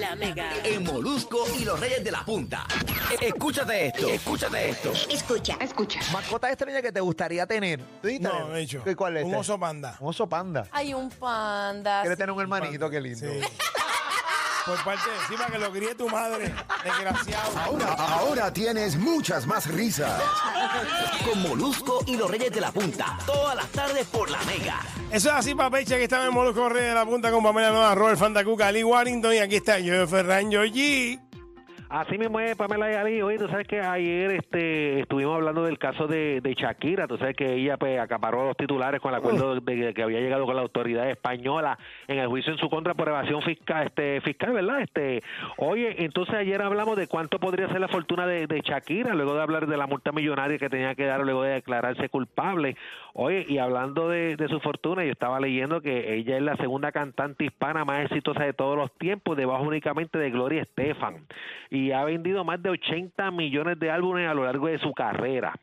La Mega. El Molusco y los Reyes de la Punta. E- Escúchate esto, escúchate esto. Escucha. Escucha. Mascota extraña que te gustaría tener. ¿Tú dijiste? No, he dicho. ¿Qué- ¿Cuál es? Un este? oso panda. Un oso panda. Hay un panda. Quiere tener un hermanito, qué lindo. Sí. Por parte de encima que lo críe tu madre. Desgraciado. Ahora, ahora tienes muchas más risas. Con Molusco y los Reyes de la Punta. Todas las tardes por la Mega. Eso es así, papecha, que está en el Molusco Reyes de la Punta con Pamela Nueva, Robert Fandacuca, Ali Warrington y aquí está yo, Ferran Yoyi. Así mismo es, Pamela y Ali. Oye, tú sabes que ayer este, estuvimos hablando del caso de, de Shakira. Tú sabes que ella pues, acaparó los titulares con el acuerdo de, de que había llegado con la autoridad española en el juicio en su contra por evasión fiscal, este, fiscal ¿verdad? Este, oye, entonces ayer hablamos de cuánto podría ser la fortuna de, de Shakira, luego de hablar de la multa millonaria que tenía que dar, luego de declararse culpable. Oye, y hablando de, de su fortuna, yo estaba leyendo que ella es la segunda cantante hispana más exitosa de todos los tiempos, debajo únicamente de Gloria Estefan. Y ha vendido más de 80 millones de álbumes a lo largo de su carrera.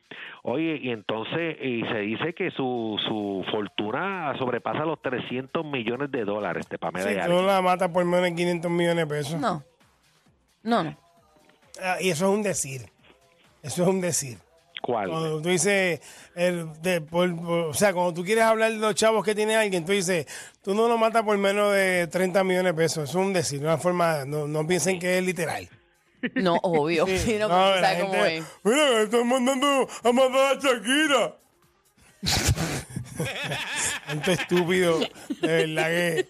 Oye, y entonces y se dice que su, su fortuna sobrepasa los 300 millones de dólares, de Pamela Si y tú Alex. la matas por menos de 500 millones de pesos. No. No, no. Ah, y eso es un decir. Eso es un decir. ¿Cuál? Cuando tú dices, el, de- por- por- o sea, cuando tú quieres hablar de los chavos que tiene alguien, tú dices, tú no lo matas por menos de 30 millones de pesos. Eso es un decir, una forma, no, no piensen que es literal. No, obvio. Sí, no, la porque sabe cómo gente, es. Mira, están mandando a matar a Shakira. tanto estúpido, de verdad que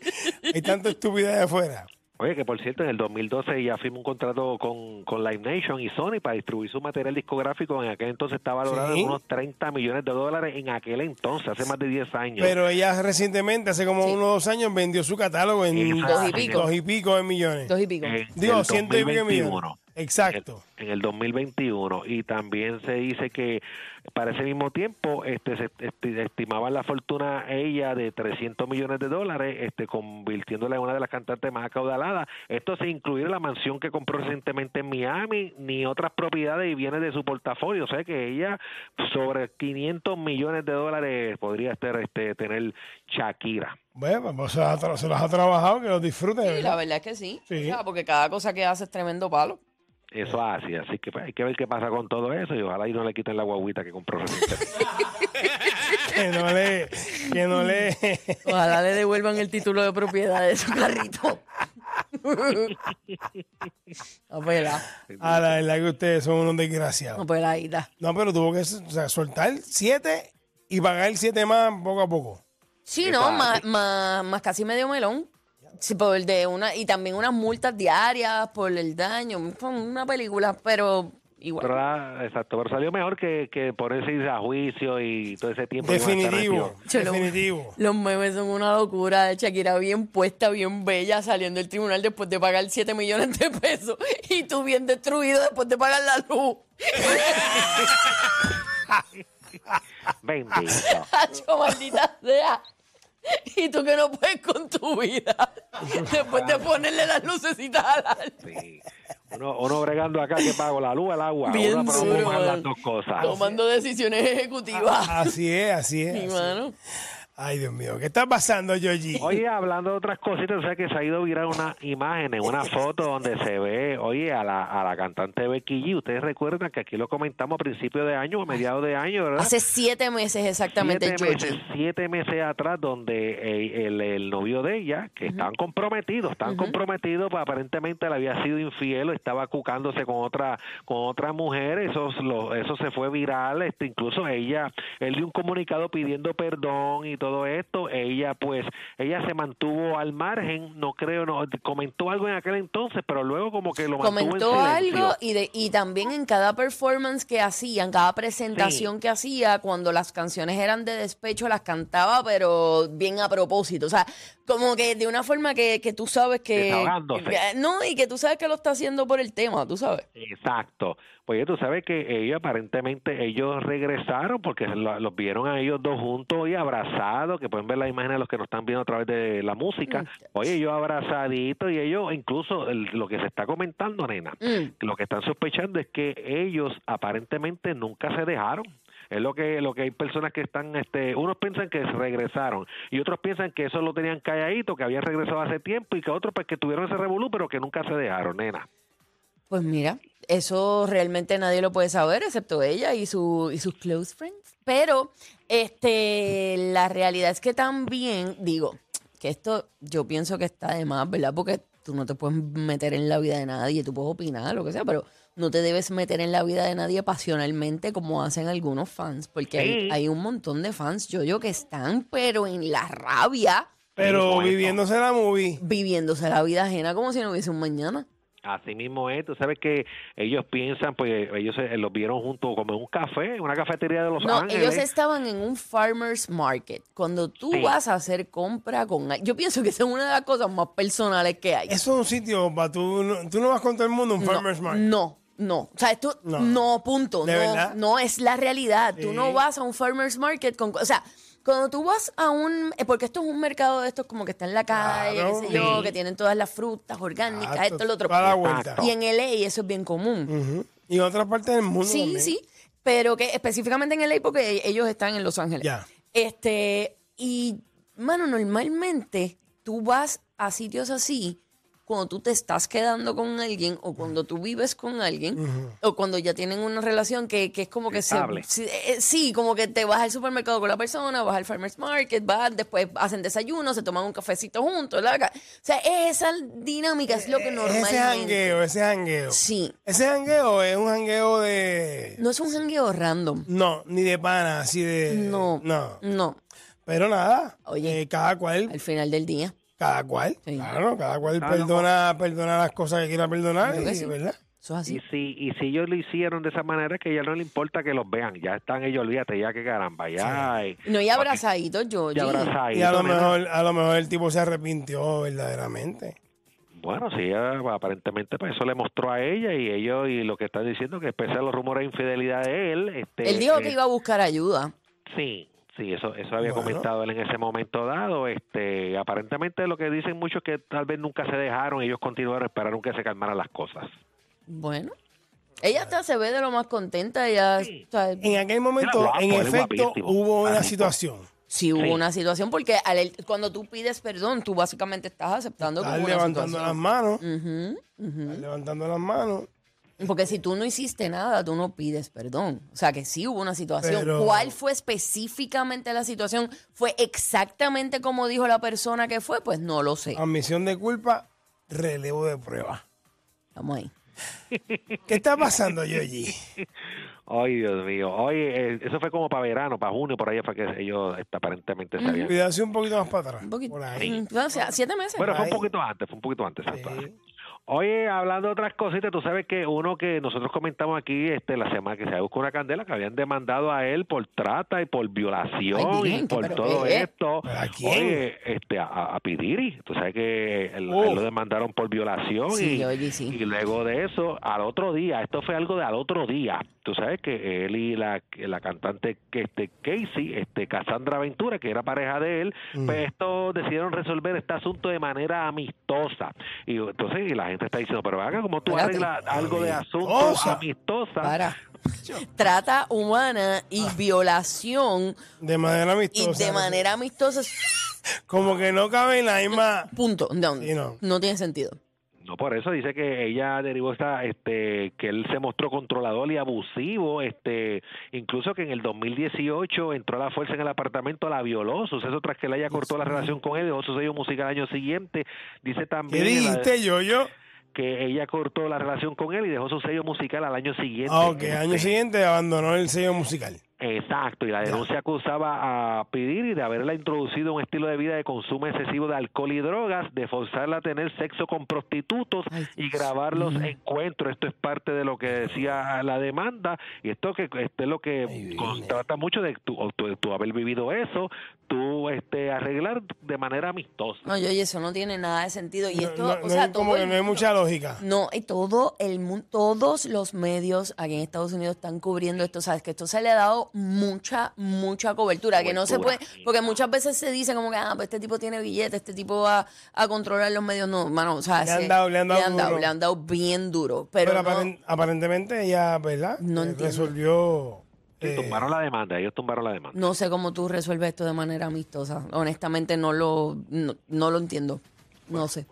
hay tanta estupidez de afuera. Oye, que por cierto, en el 2012 ella firmó un contrato con, con Live Nation y Sony para distribuir su material discográfico. En aquel entonces está valorado Sí. en unos 30 millones de dólares en aquel entonces, hace más de 10 años. Pero ella recientemente, hace como unos dos años, vendió su catálogo en Exacto. Dos y pico. dos y pico de millones. Dos y pico. En Digo, el ciento y pico de millones. 2021. Exacto. en el 2021 y también se dice que para ese mismo tiempo este se esti- estimaba la fortuna ella de 300 millones de dólares este convirtiéndola en una de las cantantes más acaudaladas esto sin incluir la mansión que compró recientemente en Miami ni otras propiedades y bienes de su portafolio o sea que ella sobre 500 millones de dólares podría estar este tener Shakira Bueno, pues se las ha, tra- se las ha trabajado, que los disfrute. Sí, ¿verdad? la verdad es que sí. Sí. O sea, porque cada cosa que hace es tremendo palo. eso así así que pues, hay que ver qué pasa con todo eso y ojalá y no le quiten la guaguita que compró recientemente Que no le... Que no le... Ojalá le devuelvan el título de propiedad de su carrito. No pela, A la verdad que ustedes son unos desgraciados. no peladita. No, pero tuvo que o sea, soltar siete y pagar siete más poco a poco. Sí, Qué no, fácil. más, más, más casi medio melón. Sí, por el de una, y también unas multas diarias por el daño. Fue una película, pero igual. Pero la- exacto, pero salió mejor que, que ponerse a ir a juicio y todo ese tiempo. que iba a estar Definitivo, metido. Yo lo- definitivo. Los memes son una locura. Shakira bien puesta, bien bella, saliendo del tribunal después de pagar 7 millones de pesos. Y tú bien destruido después de pagar la luz. Bendito. Hacho, maldita sea. Y tú que no puedes con tu vida. Después de ponerle las lucecitas al alma. Sí. Uno, uno bregando acá que pago la luz, el agua. Bien uno duro, promueve mano. las dos cosas. Ah, Tomando decisiones ejecutivas. Así es, así es. Mi así mano. es. Ay, Dios mío, ¿qué está pasando, Yogi? Oye, hablando de otras cositas, o sea que se ha ido viral una imagen, en una foto donde se ve, oye, a la, a la cantante Becky G. Ustedes recuerdan que aquí lo comentamos a principios de año, a mediados de año, ¿verdad? Hace siete meses exactamente, siete Georgie. meses, siete meses atrás donde eh, el, el novio de ella que estaban comprometidos estaban comprometidos pues, aparentemente le había sido infiel o estaba cucándose con otra con otra mujer eso es lo- eso se fue viral este incluso ella él dio un comunicado pidiendo perdón y todo esto ella pues ella se mantuvo al margen no creo no comentó algo en aquel entonces pero luego como que lo mantuvo en comentó silencio. algo y, de, y también en cada performance que hacían, cada presentación que hacía, cuando las canciones eran de despecho, las cantaba, pero bien a propósito. O sea, como que de una forma que, que tú sabes que, Desahogándose. que- No, y que tú sabes que lo está haciendo por el tema, tú sabes. Exacto. Pues ya tú sabes que ellos aparentemente, ellos regresaron porque lo- los vieron a ellos dos juntos y abrazados, que pueden ver la imagen de los que nos están viendo a través de la música. Oye, ellos abrazaditos y ellos, incluso el- lo que se está comentando, nena, lo que están sospechando es que ellos aparentemente nunca se dejaron. Es lo que lo que hay personas que están, este, unos piensan que regresaron y otros piensan que eso lo tenían calladito, que habían regresado hace tiempo y que otros pues que tuvieron ese revolú pero que nunca se dejaron, nena. Pues mira, eso realmente nadie lo puede saber, excepto ella y, su, y sus close friends. Pero este, la realidad es que también, digo, que esto yo pienso que está de más, ¿verdad? Porque tú no te puedes meter en la vida de nadie, tú puedes opinar, lo que sea, pero no te debes meter en la vida de nadie pasionalmente como hacen algunos fans, porque hay, Sí. hay un montón de fans, yo yo, que están, pero en la rabia, Pero viviéndose la movie. viviéndose la vida ajena como si no hubiese un mañana. Así mismo es, tú sabes que ellos piensan, pues ellos se- los vieron juntos como en un café, en una cafetería de Los No, Ángeles. ellos estaban en un farmer's market. Cuando tú Sí. vas a hacer compra con... al- Yo pienso que esa es una de las cosas más personales que hay. Eso es un sitio para tú. no- Tú no vas con todo el mundo a un no, farmer's market. No, no. O sea, esto no, No. punto. ¿De no, verdad? no, es la realidad. Tú Sí. no vas a un farmer's market con... O sea, cuando tú vas a un... eh, Porque esto es un mercado de estos como que está en la calle, Claro. qué sé yo, Sí. que tienen todas las frutas orgánicas, Exacto, esto, lo otro. da Ah, la vuelta. Mm. Y en LA eso es bien común. Ujú. Y en otras partes del mundo. Sí, también. sí, pero que específicamente en el LA porque ellos están en Los Ángeles. Ya. Este, y mano, normalmente tú vas a sitios así cuando tú te estás quedando con alguien o cuando tú vives con alguien o cuando ya tienen una relación que, que es como que se, Estable. sí, eh, sí, como que te vas al supermercado con la persona, vas al farmers market, vas, después hacen desayuno, se toman un cafecito juntos, la, la- o sea, esa dinámica es lo que normalmente Eh, Ese jangueo, ese jangueo. Sí. Ese jangueo es un jangueo de. No es un jangueo random. No, ni de pana, así de. No. No. No. Pero nada. Oye. eh, cada cual al final del día. Cada cual, Sí. claro, cada Ah, cual perdona, perdona las cosas que quiera perdonar, Creo que y, sí. ¿verdad? Eso es así. Y si, y si ellos lo hicieron de esa manera, es que ya no le importa que los vean. Ya están ellos, olvídate, ya que caramba, ya. y- No, y abrazaditos, yo. y abrazaditos, Y a lo nena. mejor, a lo mejor el tipo se arrepintió verdaderamente. Bueno, sí, ella, aparentemente pues, eso le mostró a ella y ellos, y lo que están diciendo, que pese a los rumores de infidelidad de él. Este, Él dijo eh, que iba a buscar ayuda. Sí, sí, eso, eso había Bueno. comentado él en ese momento dado. Este, aparentemente lo que dicen muchos es que tal vez nunca se dejaron, ellos continuaron, esperaron que se calmaran las cosas. Bueno. Ella hasta se ve de lo más contenta. Ella, o sea, Eh, En aquel momento, Era guapo, en era efecto, guapísimo. hubo una Ah, situación. sí hubo Sí. una situación, porque al él- cuando tú pides perdón, tú básicamente estás aceptando que Estás hubo una levantando las situación. manos. Estás levantando las manos. Porque si tú no hiciste nada, tú no pides perdón. O sea, que sí hubo una situación. Pero- ¿Cuál fue específicamente la situación? ¿Fue exactamente como dijo la persona que fue? Pues no lo sé. Admisión de culpa, relevo de prueba. Estamos ahí. ¿Qué está pasando, Yoyi? Ay, Dios mío. Oye, eh, eso fue como para verano, para junio, por ahí fue que ellos este, aparentemente se habían... Cuidarse un poquito más para atrás. Un poquito. Por ahí. Mm, o sea, siete meses. Bueno, fue un Ay. poquito antes, fue un poquito antes. exacto. Oye, hablando de otras cositas, tú sabes que uno que nosotros comentamos aquí este la semana que se buscó una candela que habían demandado a él por trata y por violación Ay, Virgen, y por ¿pero todo qué? esto. ¿Pero a quién? Oye, este a, a- a Pidiri, tú sabes que él, Uf. él lo demandaron por violación Sí, y, oye, sí. y luego de eso al otro día, esto fue algo de al otro día. Tú sabes que él y la, la cantante que este Casey, este Cassandra Ventura, que era pareja de él, pues esto decidieron resolver este asunto de manera amistosa. Y entonces y la gente está diciendo, pero acá como tú Espérate. arreglas algo de asunto Amistosa. amistosa. Para. Trata humana y Ah. violación De manera y amistosa. de manera amistosa. Como que no cabe en la misma. Punto. No, Sí, no. no tiene sentido. No, por eso dice que ella derivó esta, este, que él se mostró controlador y abusivo, este, incluso que en el 2018 entró a la fuerza en el apartamento, la violó, suceso tras que ella cortó la relación con él, dejó su sello musical al año siguiente, dice ¿Qué también en la- dijiste, Yoyo? que ella cortó la relación con él y dejó su sello musical al año siguiente. Ah, ok. Este, Año siguiente abandonó el sello musical. Exacto, y la denuncia acusaba a Pidiri de haberla introducido a un estilo de vida de consumo excesivo de alcohol y drogas, de forzarla a tener sexo con prostitutos y grabar los encuentros. Esto es parte de lo que decía la demanda y esto que esto es lo que con- trata mucho de tú, o tú- tú haber vivido eso, tú este arreglar de manera amistosa. No, yo, y eso no tiene nada de sentido. Y esto, No, o no sea, hay como todo que el no hay mundo- mucha lógica. No, y todo el mundo, todos los medios aquí en Estados Unidos están cubriendo esto. Sabes que esto se le ha dado mucha, mucha cobertura, que no se puede, Cobertura. porque muchas veces se dice como que, ah, pues este tipo tiene billete, este tipo va a controlar los medios. No, mano, o sea, Le han se- dado- le han dado duro. le han dado bien duro. Pero, Pero, no- aparen- aparentemente ella, ¿verdad? No Eh, entiendo. Resolvió. Sí, eh, tumbaron la demanda, ellos tumbaron la demanda. no sé cómo tú resuelves esto de manera amistosa. Honestamente, no lo, no, no lo entiendo. No sé.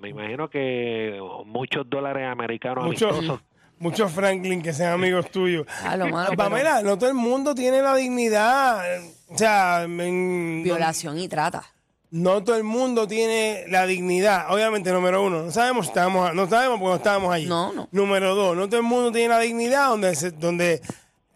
Me imagino que muchos dólares americanos muchos, amistosos. muchos Franklin que sean amigos tuyos. A lo malo, pero Pamela, no todo el mundo tiene la dignidad. eh, O sea, en- violación y trata. No todo el mundo tiene la dignidad. Obviamente, número uno, no sabemos si estábamos, no sabemos porque no estábamos allí. No, no. Número dos, no todo el mundo tiene la dignidad donde, se- donde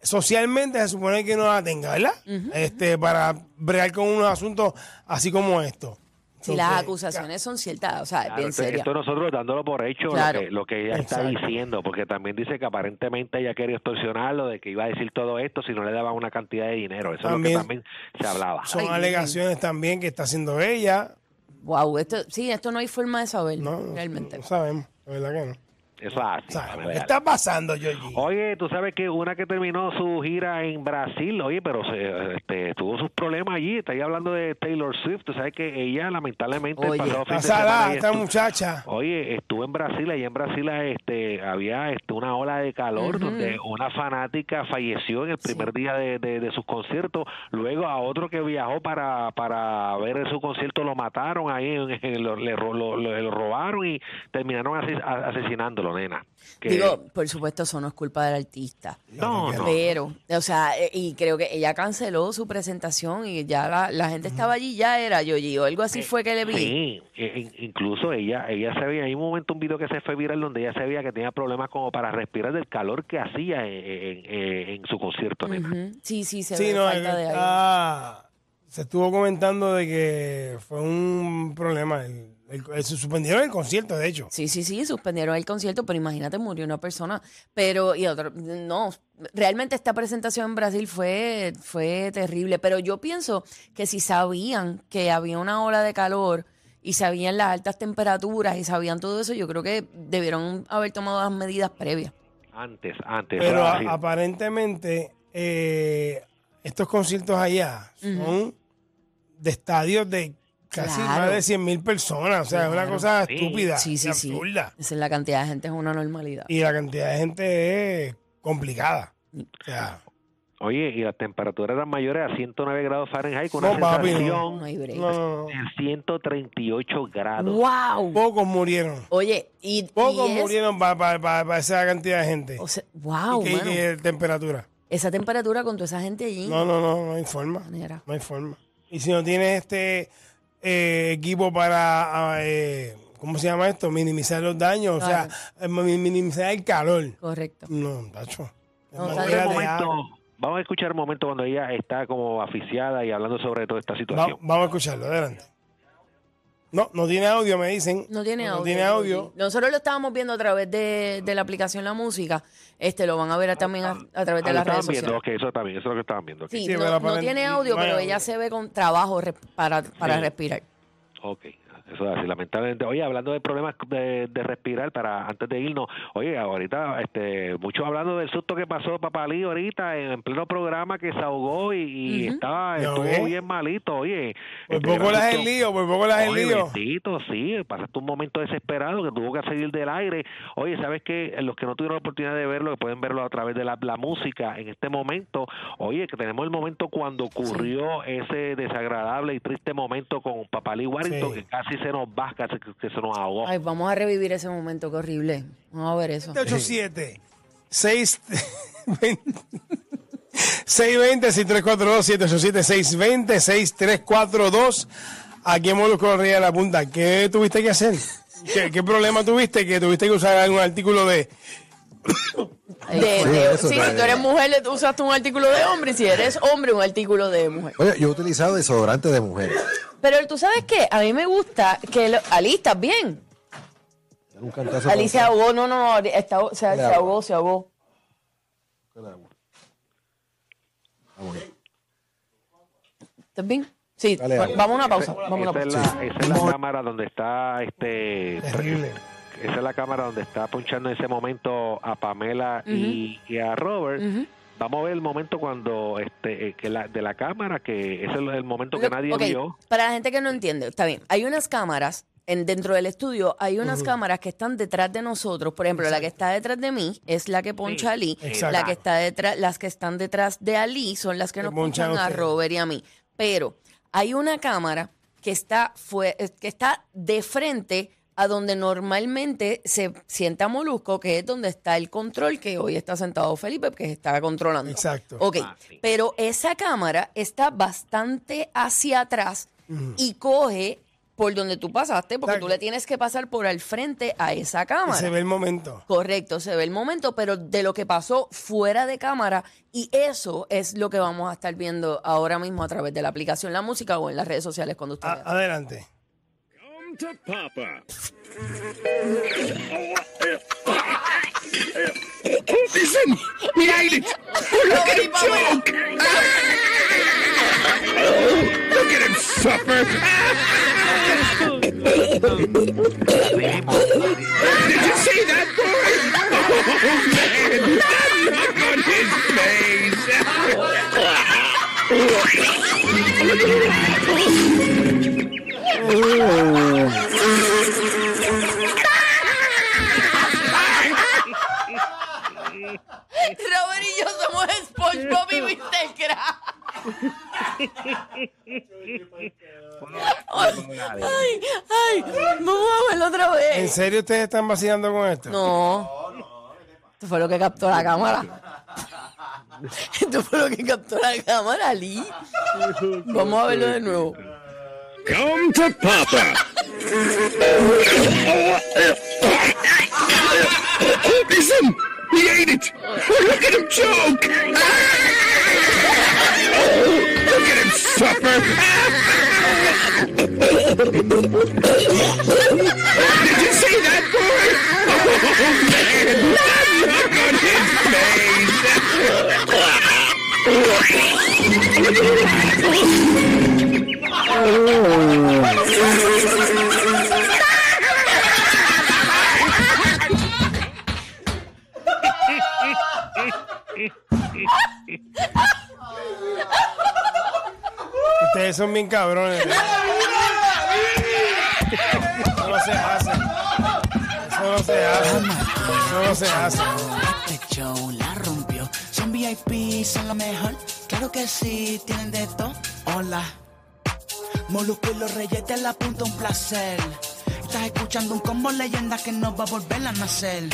socialmente se supone que no la tenga, ¿verdad? este, para bregar con unos asuntos así como esto. Si las Entonces, acusaciones son ciertas, o sea, Claro, bien esto, serias. esto nosotros dándolo por hecho lo Claro. que- lo que, ella está Exacto. diciendo, porque también dice que aparentemente ella quería extorsionarlo, de que iba a decir todo esto si no le daban una cantidad de dinero. Eso También- es lo que también se hablaba. Son Ay, alegaciones también que está haciendo ella. Wow, esto, sí, esto no hay forma de saber, No, no- realmente. no sabemos, la verdad que no. Eso es así. Sabemos. Pamela. ¿Qué está pasando, Georgie? Oye, tú sabes que una que terminó su gira en Brasil, oye, pero se, este, tuvo sus problemas allí. Está ahí hablando de Taylor Swift. Tú sabes que ella, lamentablemente, el Oye. pasado fin de Está semana salada ella esta estuvo- muchacha. Oye, estuve en Brasil, allá en Brasil este, había este, una ola de calor donde una fanática falleció en el primer día de, de, de sus conciertos, luego a otro que viajó para, para ver su concierto lo mataron ahí, en- en- lo, le ro- lo- lo- lo robaron y terminaron ases- a- asesinándolo, nena. Que- Digo, por supuesto, eso no es culpa del artista. no, no. Pero, o sea, eh, y creo que ella canceló su presentación y ya la, la gente estaba allí, ya era Yoyi, o algo así fue que le vi. Sí, e- in- incluso ella, ella se veía, hay un momento un video que se fue viral donde ella se veía que tenía problemas como para respirar del calor que hacía en, en- en- en su concierto, nena. Ujú. Sí, sí, se Sí, ve no, eh, falta de aire. está- se estuvo comentando de que fue un problema. el- el- el- se suspendieron el concierto, de hecho. Sí, sí, sí, suspendieron el concierto, pero imagínate, murió una persona. Pero, y otro, no, realmente esta presentación en Brasil fue, fue terrible. Pero yo pienso que si sabían que había una ola de calor y sabían las altas temperaturas y sabían todo eso, yo creo que debieron haber tomado las medidas previas. Antes, antes. Pero era a- así. aparentemente eh, estos conciertos allá son de estadios de casi Claro. más de 100 mil personas. O sea, es una Claro. cosa Sí. estúpida Sí, sí, y sí. Ah, absurda. Esa es la cantidad de gente, es una normalidad. Y la cantidad de gente es complicada. O sea, Oye, y las temperaturas eran mayores a 109 grados Fahrenheit con una No, papi, no. sensación No hay break. no, no, no. de 138 grados. ¡Wow! pocos murieron. Oye, y, Pocos y es- murieron para esa cantidad de gente. o sea, wow, y que, mano. que temperatura. Esa temperatura con toda esa gente allí. No, no, no, no hay forma. Manera. No hay forma. Y si no tienes este eh, equipo para, ah, eh, ¿cómo se llama esto? Minimizar los daños, Claro. o sea, eh, mi- minimizar el calor. Correcto. No, tacho. No, Es Pero está manera un de- momento, vamos a escuchar un momento cuando ella está como asfixiada y hablando sobre toda esta Va- situación. vamos a escucharlo, adelante. No, no tiene audio, me dicen. No tiene audio. No tiene audio. Yoyi. Nosotros lo estábamos viendo a través de, de la aplicación La Música. Este lo van a ver a- también a, a través de Ah, lo las redes estaban viendo, sociales. ok, eso también, eso es lo que estaban viendo. ok. Sí, Sí, no, pero no aparente- tiene audio, no hay pero audio. ella se ve con trabajo re- para, para Sí. respirar. Ok, eso es así, lamentablemente. Oye, hablando de problemas de, de respirar, para antes de irnos, oye, ahorita, este, muchos hablando del susto que pasó Papalí ahorita en, en pleno programa que se ahogó y, y estaba, Me estuvo ahogué. bien malito, oye. Por Este, Pues poco gran las el susto. lío, por poco las el Oye, lío. bendito, sí, pasaste un momento desesperado que tuvo que salir del aire. Oye, ¿sabes qué? Los que no tuvieron la oportunidad de verlo, que pueden verlo a través de la, la música en este momento. Oye, que tenemos el momento cuando ocurrió ese desagradable y triste momento con Papalí Warrington, Sí. que casi se nos va, casi que, que se nos ahogó. Ay, vamos a revivir ese momento, qué horrible. Vamos a ver eso. 787 620 620 6342 787 620 6342 Aquí en Molusco Ría de la Punta, ¿qué tuviste que hacer? ¿Qué, qué problema tuviste? Que tuviste que usar algún artículo de De- de- eso Eh, sí, está si tú eres bien. mujer, le- usaste un artículo de hombre. Y si eres hombre, un artículo de mujer. Oye, yo he utilizado desodorante de mujer. Pero tú sabes qué? A mí me gusta que. Lo... Ali, ¿estás bien? Dale un cantazo Ali se con- ahogó. No, no, Ali- está- se, se agua. ahogó, se ahogó. con agua. Vámonos. ¿Estás bien? Sí, Dale, va- dale. vamos a una pausa. Vamos a Esa una es pausa. la, esa es la cámara donde está este. Terrible. Esa es la cámara donde está ponchando en ese momento a Pamela y, y a Robert. Vamos a ver el momento cuando este eh, que la, de la cámara que ese es el momento que Lo- nadie ok, vio. Para la gente que no entiende, está bien. Hay unas cámaras en, dentro del estudio, hay unas cámaras que están detrás de nosotros. Por ejemplo, la que está detrás de mí es la que poncha a Ali. exacto. La que está detrás, las que están detrás de Ali son las que Que nos ponchan ponchan a ustedes. Robert y a mí. Pero hay una cámara que está, fue, eh, que está de frente a donde normalmente se sienta Molusco, que es donde está el control que hoy está sentado Felipe, que está controlando. Exacto. Ok, pero esa cámara está bastante hacia atrás y coge por donde tú pasaste, porque Exacto. tú le tienes que pasar por al frente a esa Y cámara. se ve el momento. Correcto, se ve el momento, pero de lo que pasó fuera de cámara y eso es lo que vamos a estar viendo ahora mismo a través de la aplicación La Música o en las redes sociales cuando ustedes. Ah, A- adelante. Robert y yo somos SpongeBob y Mr. Krabs. Ay, ay, vamos a verlo otra ¿En vez. serio ustedes están vacilando con esto? No. Esto fue lo que captó la cámara. Esto fue lo que captó la cámara, Lee. Vamos a verlo de nuevo. Come to Papa. He's him. He ate it. Look at him choke. Look at him suffer. Did you see that boy? Oh, man. That look on his face. Ustedes son bien cabrones. Eso no se hace. Eso no se hace. Eso no se hace. Este show la rompió. Son VIP, son lo mejor. Claro que sí, tienen de todo. Hola. Molusco y los reyes de la punta, un placer. Estás escuchando un combo leyenda que no va a volver a nacer.